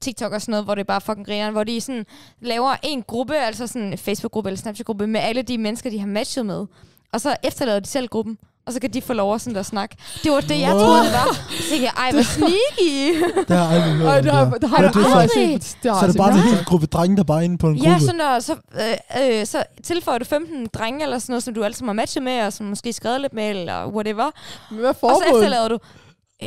S2: TikTok og sådan noget, hvor det er bare fucking griner, hvor de sådan laver en gruppe, altså sådan en Facebook-gruppe eller Snapchat-gruppe, med alle de mennesker, de har matchet med. Og så efterlader de selv gruppen, og så kan de få lov at sådan der snakke. Det var det, jeg
S4: Wow.
S2: troede, det var. Så tænkte jeg, ej, hvor sneaky.
S4: Det har jeg aldrig hørt.
S3: Ej,
S4: om
S3: det har,
S4: der.
S3: det har jeg
S4: Men det er
S3: aldrig
S4: faktisk-
S3: set. Det har
S4: Så er
S3: jeg
S4: det bare
S3: aldrig
S4: en
S3: set.
S4: hel gruppe drenge, der bare er inde på en
S2: Ja,
S4: gruppe.
S2: sådan der, så, øh, øh, så tilføjer du 15 drenge eller sådan noget, som du altid har matchet med, og som måske skrevet lidt med, eller whatever.
S3: Men Hvad er
S2: Og så
S3: formålet?
S2: efterlader du...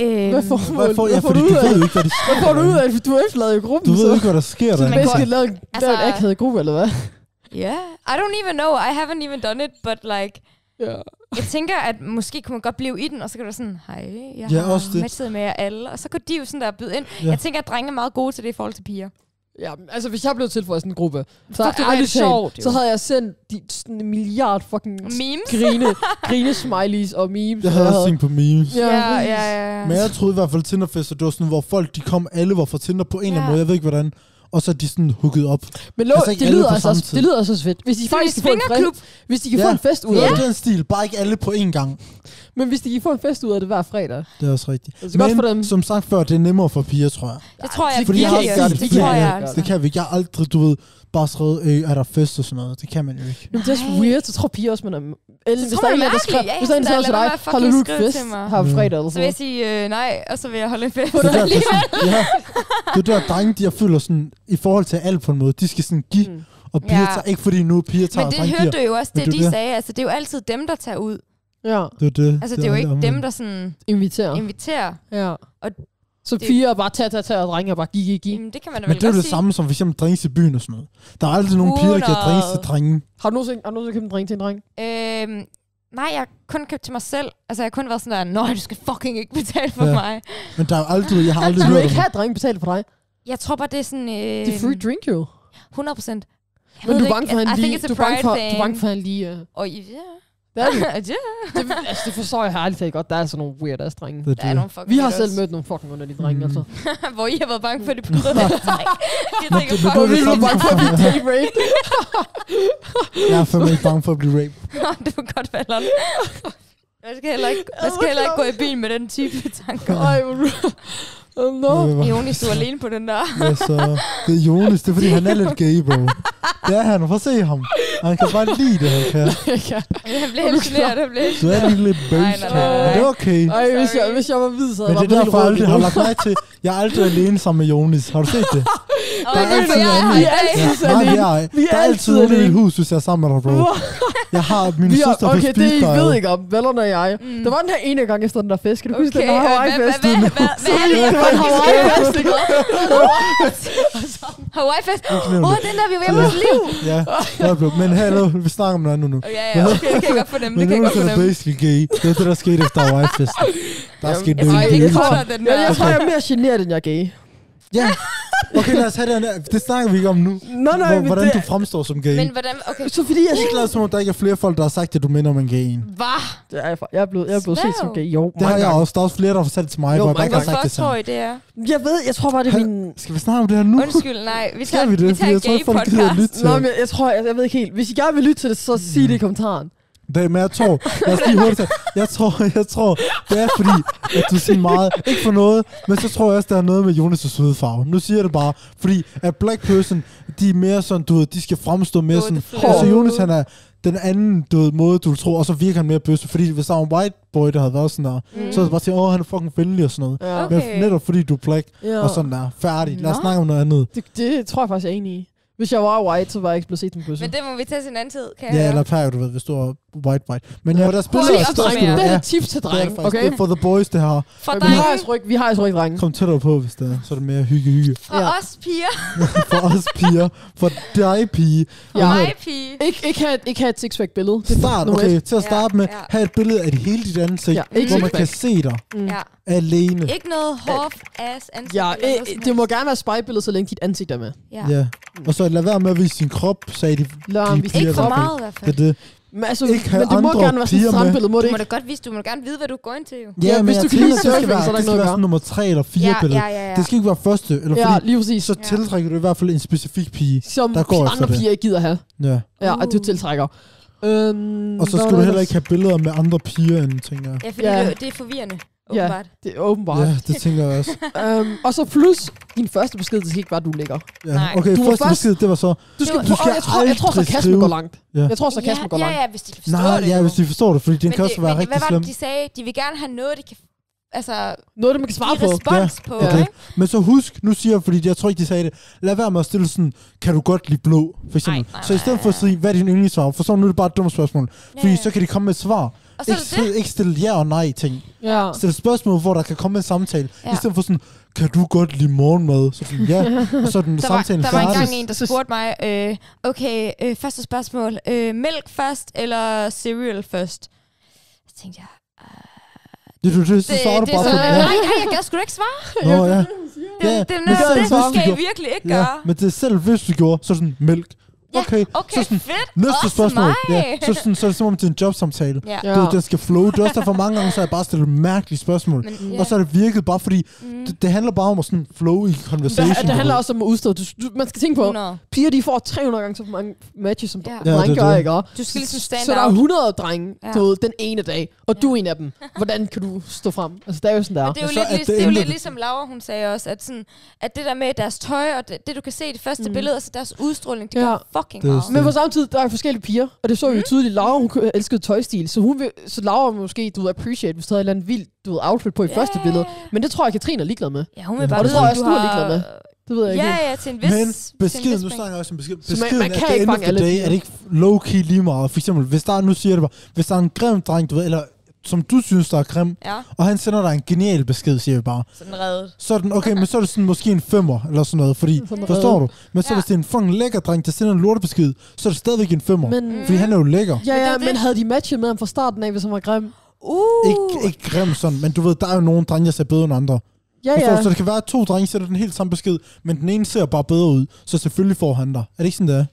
S2: Øh,
S3: Hvad er formålet?
S4: Hvad får, ja,
S3: Hvad får
S4: fordi
S3: du
S4: du
S3: ud af
S4: ved
S3: det?
S4: jo ikke, hvad det
S3: Hvad får du ud af det? Du efterlader jo gruppen,
S4: Du ved
S3: så.
S4: jo ikke, hvad der sker der.
S2: man
S3: Hvad
S2: går-
S3: skal lave en
S2: Altså-
S3: altså, akavet gruppe, eller hvad?
S2: Yeah, I don't even know. I haven't even done it, but like,
S3: Ja.
S2: jeg tænker, at måske kunne man godt blive i den, og så kan du være sådan, hej, jeg
S4: Ja,
S2: har
S4: også det.
S2: matchet med jer alle, og så kunne de jo sådan der byde ind.
S4: Ja.
S2: Jeg tænker, at drenge er meget gode til det i forhold til piger.
S3: ja, altså hvis jeg blev tilføjet sådan en gruppe, så,
S2: Fuck, det var
S3: ærligt
S2: det
S3: talt,
S2: sjovt, jo.
S3: så havde jeg sendt de, sådan en milliard fucking
S2: Memes?
S3: grine, grine smileys og memes.
S4: Jeg
S3: og
S4: havde også set på memes.
S3: Ja,
S2: ja,
S3: præcis.
S2: ja, ja.
S4: Men jeg troede i hvert fald Tinderfest, at det var sådan, hvor folk de kom alle var fra Tinder på en eller
S2: Ja.
S4: anden måde. Jeg ved ikke, hvordan. Og så er de sådan hooket op.
S3: Men lå,
S4: Altså, ikke
S3: det,
S4: alle
S3: lyder
S4: på
S3: altså,
S4: samme
S3: også-
S4: tid.
S3: det lyder så fedt. Hvis de
S2: Sådan
S3: faktisk
S2: en
S3: kan få en,
S2: swingerklub.
S3: fest, hvis de kan få en fest ud af
S4: ja.
S3: det.
S4: den stil. Bare ikke alle på én gang.
S3: Men hvis de kan få en fest ud af det hver fredag.
S4: Det er også rigtigt.
S3: Altså, godt for dem.
S4: som sagt før, det er nemmere for piger, tror jeg.
S2: Det tror jeg,
S3: det-
S2: at
S4: Fordi
S2: piger
S4: jeg har ikke
S2: kan.
S4: gjort det.
S2: det
S4: flere
S2: tror jeg
S4: gange.
S2: altså.
S4: Det kan vi ikke. Jeg har aldrig, du ved, bare skrevet, øh, er der fest og sådan noget. Det kan man jo ikke.
S3: Men det er så
S2: Nej.
S3: weird, så tror piger også, man er... Eller, hvis
S2: tror
S3: der er
S2: man
S3: en,
S2: er
S3: der
S2: mærkelig.
S3: skrev,
S2: Ja, ja,
S3: hvis der er en,
S2: sådan der,
S3: der til
S2: lad
S3: dig,
S2: være med at
S3: holder
S2: fucking
S3: du en
S2: skrive
S3: fest
S2: til mig.
S3: her
S4: Mm.
S3: på fredag eller
S2: Så vil
S3: sådan
S2: jeg sige øh, nej, og så vil jeg holde en fest.
S4: Det er der, det er sådan, ja. det er der drenge, de jeg føler sådan, i forhold til alt på en måde, de skal sådan give, mm. og piger
S2: Ja.
S4: tager, ikke fordi nu piger tager,
S2: Men
S4: og drenge
S2: det hørte
S4: giver.
S2: du jo også,
S4: Men
S2: det
S4: det er
S2: de
S4: det.
S2: sagde. Altså, det er jo altid dem, der tager ud.
S3: Ja,
S4: Det er det.
S2: Altså, det er jo
S4: alle
S2: ikke
S4: omvendt.
S2: dem, der sådan
S3: inviterer.
S2: inviterer.
S3: Ja. Så
S2: Det-
S3: piger er bare tage, tage, tage, og drenge er bare gik, gik, gik.
S2: Jamen, det kan man da
S4: Men
S2: vel
S4: det er jo
S2: godt
S4: det
S2: sige.
S4: samme som for eksempel drinks i byen og sådan noget. Der er altid nogle piger, der kan drinks til drenge.
S3: Har du nogensinde, har du nogensinde købt en drink til en dreng?
S2: Øhm, nej, jeg har kun købt til mig selv. Altså, jeg har kun været sådan der, nej, du skal fucking ikke betale for ja.
S4: Ja.
S2: mig.
S4: Men der er jo aldrig, jeg har aldrig
S3: Altså, Du vil
S4: hørt om
S3: ikke have drengen betalt for dig.
S2: Jeg tror bare, det er sådan... Øh,
S3: Det er free drink jo.
S2: 100 procent.
S3: Men du er bange for, at han lige... Du er bange for, du er bange for, at han lige... øh,
S2: Og ja,
S3: Det er det.
S2: ja,
S3: det, altså, det forstår jeg ærligt talt godt. Der er sådan nogle weird ass drenge.
S4: det.
S2: der er nogle fucking
S3: Vi har
S2: weirdos,
S3: selv mødt nogle fucking underlige drenge,
S4: Mm.
S3: altså.
S2: hvor I har været bange for det på noget. Jeg tænker,
S4: men
S2: fuck,
S4: det er det
S2: hvor
S4: samme.
S2: bange for
S3: Fucking day rape.
S4: Jeg er fandme ikke bange for at blive raped.
S2: det. Du kan godt være lol. Jeg skal heller ikke, jeg skal heller ikke gå i bil med den type tanker.
S3: Ej, hvor du... Oh, no.
S4: Jeg var-
S2: Jonas, du er alene på den der.
S4: Ja, så Altså, det er Jonas, det er fordi, han er lidt gay, bro. Det er han, prøv at se ham. Han kan bare lide det, han kan.
S3: Ja.
S2: Han blev hallucineret, han blev
S4: Du er lige lidt bøs,
S2: nej,
S3: nej, nej.
S4: Det er okay.
S3: Ej, hvis jeg,
S2: Sorry.
S3: hvis jeg var hvid, så
S4: Men
S3: havde
S4: det
S3: jeg
S4: er derfor, jeg
S3: bare
S4: aldrig har lagt mærke til, jeg er aldrig alene sammen med Jonas. Har du set det?
S2: Og
S4: Der er
S2: derfor,
S4: altid
S2: jeg er
S4: en
S2: her i dag.
S3: Altså, Vi er altid
S4: nej,
S3: alene.
S4: jeg er,
S3: Vi er
S4: der er altid
S3: altid
S4: nogen i et
S3: alene.
S4: hus, hvis jeg er sammen med dig, bro. Jeg har min
S3: Vi har,
S4: søster på
S3: okay, det
S4: speed
S3: I
S4: dial.
S3: ved ikke om, Vellon og jeg. Mm. Der var den her ene gang efter den der fest. Kan du huske den
S2: øh,
S3: der
S2: hvad-
S3: Hawaii-fest?
S2: hvad- hvad- hvad- hvad er det, jeg
S3: Det var en
S2: faktisk
S3: Hawaii-fest, ikke?
S2: Hawaii-fest.
S4: glemmer
S2: Åh, oh,
S4: det.
S2: den der, vi var hjemme hos Liv.
S4: Ja, nå, bro. men hallo, vi snakker om noget andet nu.
S2: Oh, ja, ja, okay, det kan jeg godt fornemme.
S4: Men
S2: Det kan jeg
S4: Jonas
S2: godt
S4: er da
S2: fornemme.
S4: basically gay. Det er det, der skete efter Hawaii-festen. Der skete
S2: Jeg tror,
S4: noget
S2: det
S4: gay.
S2: er kortere, den
S3: Ja,
S2: der.
S3: jeg tror, jeg er mere generet, end jeg er gay.
S4: Ja. Okay, lad os have den her. Det snakker vi ikke om nu.
S3: Nå, nej,
S4: Hvor,
S3: men
S4: hvordan
S3: det...
S4: du fremstår som gay.
S2: Men hvordan... Okay,
S3: Så fordi jeg...
S4: Jeg er ikke glad, som om der ikke er flere folk, der har sagt, at du minder om en gay en.
S2: hvad?
S3: Ja, Jeg er, fa- jeg er blevet, jeg er blevet set som gay. Jo,
S4: Det
S3: mange
S4: har jeg
S3: gange.
S4: også. Der er også flere, der har fortalt det til mig,
S3: Jo,
S4: hvor jeg
S3: mange
S4: bare ikke har sagt
S2: Hvorfor
S4: det
S2: tror
S4: samme.
S2: I det er?
S3: Jeg ved, jeg tror bare, det er
S4: Han-
S3: min...
S4: Skal vi snakke om det her nu?
S2: Undskyld, nej. Vi tager,
S4: Skal vi det?
S2: vi
S4: Fordi
S2: tager
S4: jeg
S2: en
S4: tror ikke, folk gider at
S2: gay-podcast.
S4: lytte til.
S3: Nå, men jeg, jeg tror, jeg, jeg ved ikke helt. Hvis I gerne vil lytte til det, så
S4: Mm.
S3: sig det i kommentaren.
S4: Det, men jeg tror, lad os lige hurtigt tage- jeg tror, jeg tror, det er fordi, at du er sådan meget, ikke for noget, men så tror jeg også, der er noget med Jonas' hudfarve. Nu siger jeg det bare, fordi at black person, de er mere sådan, du ved, de skal fremstå mere
S2: Både
S4: sådan,
S2: flade.
S4: altså Jonas han er den anden, du ved, måde, du vil tro, og så virker han mere bøsse, fordi hvis der var en white boy, der havde været sådan der, mm. så havde jeg bare sige, åh, han er fucking venlig og sådan noget.
S3: Ja.
S2: Okay.
S4: Men netop fordi du er black,
S3: ja.
S4: og sådan der, færdig, lad os
S2: Nå.
S4: snakke om noget andet.
S3: Det, det tror jeg faktisk, jeg er enig i. Hvis jeg var white, så var jeg ikke blevet set som bøsse.
S2: Men det må vi tage til en anden tid, kan
S4: Ja,
S2: jeg
S4: eller pære, du ved, hvis du er white, white. Men jeg var der spiller,
S2: Hurtigt
S4: så
S2: opsummeret.
S3: Det
S4: ja.
S3: er et tip til
S4: Det er det
S3: drenge,
S4: faktisk.
S3: okay?
S4: Det er for the boys, det her.
S2: For
S3: Vi har
S2: dig
S3: jeres ryg, vi har jeres ryg, drenge.
S4: Kom tættere på, hvis det er. Så er det mere hygge, hygge.
S2: og
S3: Ja.
S2: os piger.
S4: For os piger. For dig, pige.
S2: Ja.
S3: Ja.
S2: Mig pige.
S3: Ikke, ikke, have, et- ikke have et six-pack billede. Det er
S4: Start,
S3: nummer
S4: okay,
S3: et.
S4: til at
S2: Ja,
S4: starte med,
S2: ja.
S4: have et billede af dit hele dit ansigt,
S3: Ja, ikke
S4: hvor man
S3: sixpack.
S4: kan se dig
S2: Ja.
S4: alene.
S2: Ikke noget hårdt ass ansigt.
S3: Ja,
S2: eller
S3: øh,
S2: noget som
S3: det må
S2: helst.
S3: gerne være spejlbillede, så længe dit ansigt er med.
S2: Ja.
S4: Ja. Og så lad være med at vise sin krop, sagde de.
S3: Lad ham
S4: de
S3: vise
S4: piger
S2: Ikke
S4: i
S2: for
S4: hvert fald.
S2: meget i hvert
S4: Det
S2: fald.
S4: er det.
S3: Men, altså,
S4: Ikke have
S3: men det må
S4: andre
S3: gerne være sådan
S4: piger
S3: et
S4: med.
S3: strandbillede, må det
S2: Du må
S3: ikke?
S2: da godt vise, du må da gerne vide, hvad du går ind til, jo.
S4: Ja,
S3: Ja,
S4: men
S3: hvis
S4: jeg
S3: du kan
S4: tænker,
S3: lide
S4: det skal
S3: surfing, så
S4: være,
S3: er der
S4: det
S3: ikke
S4: skal
S3: noget at
S4: være sådan nummer tre eller fire
S2: Ja,
S4: billede.
S2: ja, ja, ja.
S4: Det skal ikke være første, eller
S3: Ja,
S4: fordi
S3: lige præcis.
S4: så
S2: Ja.
S4: tiltrækker du i hvert fald en specifik pige.
S3: Som
S4: der går efter
S3: andre
S4: det.
S3: piger ikke gider have.
S4: Ja.
S3: Ja, at du
S2: Uh.
S3: tiltrækker. Øhm,
S4: Og så
S3: hvad
S4: skal
S3: var det
S4: du heller
S3: ellers?
S4: ikke have billeder med andre piger end, tænker jeg.
S2: Ja, fordi
S3: Ja.
S2: Det, det er forvirrende, åbenbart.
S3: Det er åbenbart.
S4: Ja, det tænker jeg også.
S3: Øhm, og så plus, din første besked, det skal ikke være, at du ligger.
S4: Ja.
S2: Nej.
S4: Okay,
S3: Du må
S4: første
S3: først-
S4: besked, det var så,
S3: Du skal,
S2: var-
S3: du
S4: Du skal
S3: jeg, tror, jeg tror,
S4: aldrig
S3: sarkasmen
S4: skrive-
S3: går langt.
S4: Ja.
S3: Jeg tror, sarkasmen går
S2: ja,
S3: langt.
S2: ja, hvis de kan forstå
S4: nej,
S2: det.
S4: ja,
S2: jo.
S4: hvis de forstår det, fordi den
S2: Men
S4: kan også
S2: det-
S4: være
S2: men
S4: rigtig
S2: Hvad var
S4: slem.
S2: det, de sagde? De vil gerne have noget, de kan... Altså,
S3: Noget, man kan svare
S2: give
S3: på.
S2: respons på,
S4: Ja, det-
S2: ikke?
S4: Men så husk, nu siger jeg, fordi jeg tror ikke, de sagde det, lad være med at stille sådan, kan du godt lide blå, for eksempel.
S2: Nej, nej,
S4: så i stedet
S2: nej,
S4: for at sige, hvad er din yndlingsfarve, for så nu er det bare et dumt spørgsmål. Fordi
S2: Ja.
S4: så kan de komme med et svar.
S2: Og så er det
S4: ikke,
S2: det.
S4: stille, ikke stille ja og nej ting.
S3: Ja.
S4: Stille spørgsmål, hvor der kan komme en samtale.
S2: Ja.
S4: I stedet for sådan, kan du godt lide morgenmad? Så sådan, ja, og så er den
S2: Der var,
S4: samtalen
S2: der var
S4: færdig.
S2: engang en, der spurgte mig, øh, okay, øh, første spørgsmål, øh, mælk først eller cereal først? Så tænkte jeg,
S4: Det, du, det, så svarer du
S2: det,
S4: bare
S2: så,
S4: på
S2: nej,
S4: det.
S2: nej, jeg kan sgu da ikke svare.
S4: Ja. Nå, ja.
S2: Det,
S4: Ja,
S2: det, det,
S4: men
S2: det,
S4: selv
S2: det,
S4: hvis du
S2: skal I
S4: gjorde-
S2: virkelig ikke
S4: Ja,
S2: gøre.
S4: men det er selv, hvis du gjorde, så sådan, mælk.
S2: Ja,
S4: Okay,
S2: okay,
S4: så sådan,
S2: fedt.
S4: næste
S2: Også
S4: spørgsmål.
S2: mig.
S4: Ja, så, sådan, så er det som om til en jobsamtale.
S2: Ja.
S3: Ja.
S4: Du, ved, den skal flow. Det er også derfor mange gange, så har jeg bare stillet mærkelige spørgsmål.
S2: Men,
S4: Men,
S2: ja.
S4: Og så er det virket bare, fordi mm. det, det, handler bare om at sådan flow i
S3: Det,
S4: conversation.
S3: det handler også om at udstå. Du, du, man skal tænke på,
S2: 100.
S3: piger de får 300 gange så mange matches, som
S2: Ja.
S3: ja.
S4: Ja, det
S3: drenge
S4: er
S3: gør,
S4: det.
S3: ikke?
S2: Du skal ligesom stand
S3: Så der er
S2: out.
S3: 100 drenge
S2: Ja.
S3: ja. du, ved, den ene dag, og du er en af dem. Hvordan kan du stå frem? Altså, det er jo sådan, der.
S2: Det er jo,
S4: Men så
S2: lidt,
S4: er
S2: lig-
S4: det
S2: det er jo lidt
S4: intet-
S2: ligesom Laura, hun sagde også, at, sådan, at det der med deres tøj, og det, det du kan se i det første mm. billede, og så deres udstråling, det
S3: Ja.
S2: ja. gør fucking
S4: Det er
S2: meget.
S4: sådan-
S3: Men på samme tid, der er forskellige piger, og det så
S2: Mhm.
S3: vi jo tydeligt. Laura, hun kø- elskede tøjstil, så, hun vil, så Laura vil måske, du ved, appreciate, hvis du havde et eller andet vildt, du ved, outfit på i
S2: Ja.
S3: yeah. første billede. Men det tror jeg, Katrine er ligeglad med.
S2: Ja, hun
S4: Ja,
S2: vil bare
S4: og det
S2: vide,
S4: tror
S3: jeg
S2: at
S3: også, du er ligeglad med. Det ved jeg ikke.
S2: Ja,
S3: helt.
S2: ja, til en vis...
S4: Men
S2: til en vis
S4: beskeden, nu
S2: mængde.
S4: snakker jeg også om beskeden,
S3: man-
S4: beskeden
S3: man
S4: at
S3: kan
S4: det
S3: ikke
S4: ender
S3: fange
S4: for
S3: alle
S4: dag,
S3: piger.
S4: er det ikke low-key lige meget. For eksempel, hvis der er, nu siger jeg det bare, hvis der er en grim dreng, du ved, eller som du synes, der er grim,
S2: Ja,
S4: og han sender dig en genial besked, siger vi bare.
S2: sådan reddet.
S4: Så er den, okay, men så er det sådan måske en femmer, eller sådan noget, fordi,
S3: Sådan
S4: forstår du?
S3: noget.
S4: Men så
S2: Ja.
S4: hvis det er en fucking lækker dreng, der sender en lortebesked, så er det stadigvæk en femmer.
S3: Men,
S4: Fordi han er jo lækker.
S3: ja,
S2: Mm. Men det
S3: ja,
S2: er det.
S3: men havde de matchet med ham fra starten af, hvis han var grim?
S2: Uh!
S4: Ikke, ikke grim sådan, men du ved, der er jo nogle drenge, der ser bedre end andre.
S3: Ja,
S4: Forstår
S3: ja.
S4: du? Så det kan være, at to drenge sender den helt samme besked, men den ene ser bare bedre ud, så selvfølgelig får han dig. Er det ikke sådan, det er?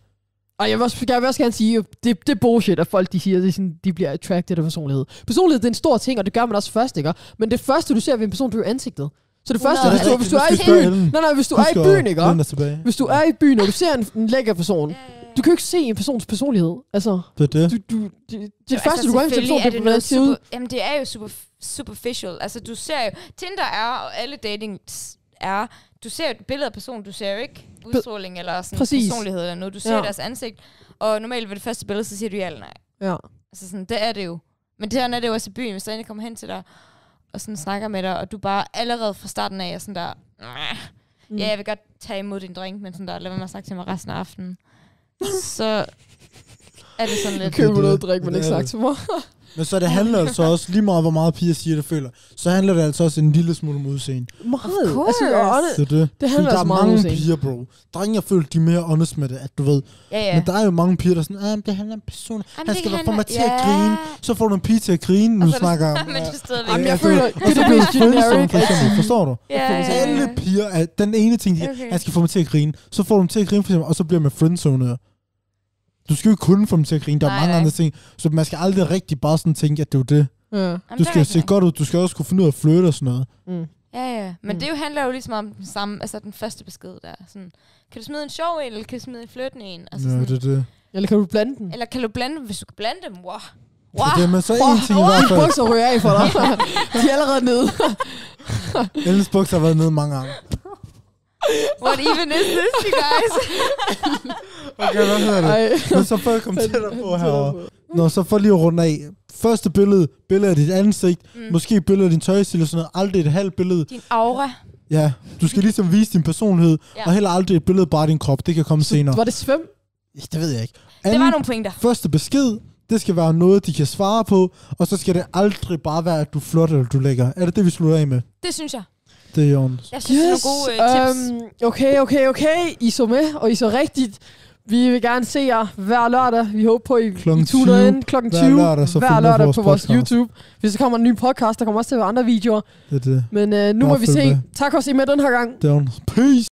S3: Og jeg vil, også, jeg vil også gerne sige, at det, det er bullshit, at folk de siger, at sådan, de bliver attracted af personlighed. Personlighed det er en stor ting, og det gør man også først, ikke? Men det første, du ser ved en person, det er jo ansigtet. Så det første,
S2: Hundrede.
S3: hvis du, hvis du er i
S4: Husk at spørge Ellen.
S3: byen, nej, nej, hvis du er i byen, ikke?
S4: Den er tilbage.
S3: Hvis du er i byen, og du ser en, en lækker person, du kan jo ikke se en persons personlighed. Altså,
S4: Det er det.
S3: du, du, det, det, det første, du går ind til en person,
S2: Altså, selvfølgelig
S3: det er, hvordan
S2: noget
S3: det ser ud.
S2: super, Jamen, det er jo super, superficial. Altså, du ser jo... Tinder er, og alle dating er... Du ser jo et billede af personen, du ser jo ikke udstråling eller sådan
S3: Præcis.
S2: personlighed eller noget. Du ser
S3: Ja.
S2: ja. deres ansigt, og normalt ved det første billede, så siger du ja eller nej.
S3: Ja. Altså,
S2: Altså sådan, det er det jo. Men det her er det jo også i byen, hvis der endelig kommer hen til dig, og sådan snakker med dig, og du bare allerede fra starten af er sådan der, mm. ja, jeg vil godt tage imod din drink, men sådan der, lad være med at snakke til mig resten af aftenen. så er det sådan lidt...
S3: Køber
S4: det.
S3: noget drik, men
S4: Det
S3: ikke
S4: er
S3: sagt
S4: det.
S3: til mig.
S4: Men så det handler altså også, lige meget hvor meget piger siger, det føler, så handler det altså også en lille smule om udseende.
S3: Meget. Altså,
S2: course.
S3: og, ånde-
S4: Det er det.
S3: det
S4: Fordi
S3: handler
S4: der
S3: også
S4: er
S3: meget om
S4: mange
S3: udseende.
S4: piger, bro. Drenge, jeg føler, de er mere honest med det, at du ved.
S2: Ja,
S4: Ja.
S2: ja.
S4: Men der er jo mange piger, der er sådan, ah, men det handler om personen. Han
S2: det
S4: skal være
S2: handler-
S4: for mig til at
S2: Ja.
S4: grine. Så får du en pige til at grine,
S2: Og
S4: nu
S2: så er det-
S4: snakker
S3: "Ah,
S4: om,
S2: men
S4: øh,
S2: du er stadigvæk...
S3: Jamen,
S4: Ja,
S3: jeg
S4: du-
S3: føler,
S4: Og
S3: det
S4: så
S3: er
S4: bliver
S3: blevet
S4: følsom,
S3: generic.
S4: for eksempel, forstår du?
S2: Ja, ja, ja.
S4: Alle piger, er, den ene ting, de okay.
S2: Okay.
S4: han skal få mig til at grine, så får du dem til at grine, for eksempel, og så bliver man friendzonet. Du skal jo ikke kun få dem til at grine, der er
S2: Nej,
S4: mange
S2: nej.
S4: andre ting. Så man skal aldrig rigtig bare sådan tænke, at det er jo det.
S3: Ja.
S2: Jamen,
S4: Du
S2: det er
S4: skal
S2: rigtigt
S4: se
S2: nok.
S4: godt ud, du skal også kunne finde ud af at flytte og sådan noget.
S3: Mm.
S2: Ja, ja. Men mm. det jo handler jo ligesom om den samme, altså den første besked der. Sådan, kan du smide en sjov en, eller kan du smide en flirtende en? Altså,
S4: Ja,
S2: sådan,
S4: det er det.
S3: Eller kan du blande den?
S2: Eller kan du blande dem, hvis du kan blande dem? Wow.
S4: Så
S2: Wow.
S4: det er men så
S3: Wow.
S4: en ting i hvert fald.
S3: Bukser ryger af for dig. De er allerede nede.
S4: Ellens bukser har været nede mange gange.
S2: What even is this, you guys?
S4: Okay, hvad hedder det?
S3: Ej.
S4: Men så for at komme tættere på herovre.
S3: på.
S4: Nå, så for lige at runde af. Første billede, billede af dit ansigt.
S2: Mm.
S4: Måske et billede af din tøjstil og sådan noget. Aldrig et halvt billede.
S2: Din aura.
S4: Ja, du skal ligesom vise din personlighed, ja.
S2: Ja.
S4: og heller aldrig et billede bare af din krop. Det kan komme så, senere.
S3: Var det svøm?
S4: Ja, Det ved jeg ikke.
S2: Det
S4: Anden,
S2: var nogle pointer.
S4: Første besked, det skal være noget, de kan svare på, og så skal det aldrig bare være, at du er flot eller du lækker. Er det det, vi slutter af med?
S2: Det synes jeg.
S4: Det er Jørgens.
S2: Jeg synes, yes. det er nogle gode øh, tips.
S3: Øhm, okay, okay, okay. I så med, og I så rigtigt. Vi vil gerne se jer hver lørdag. Vi håber på, I,
S4: Klokken
S3: I tuner
S4: 20.
S3: ind klokken
S4: Hver
S3: 20
S4: lørdag, så følg
S3: hver
S4: med
S3: lørdag
S4: vores
S3: på vores
S4: podcast.
S3: YouTube. Hvis der kommer en ny podcast, der kommer også til at være andre videoer.
S4: Det er det.
S3: Men øh, nu
S4: Nå,
S3: må vi
S4: følg
S3: se.
S4: med.
S3: Tak også I er med den her gang.
S4: Det er Jørgens. Peace!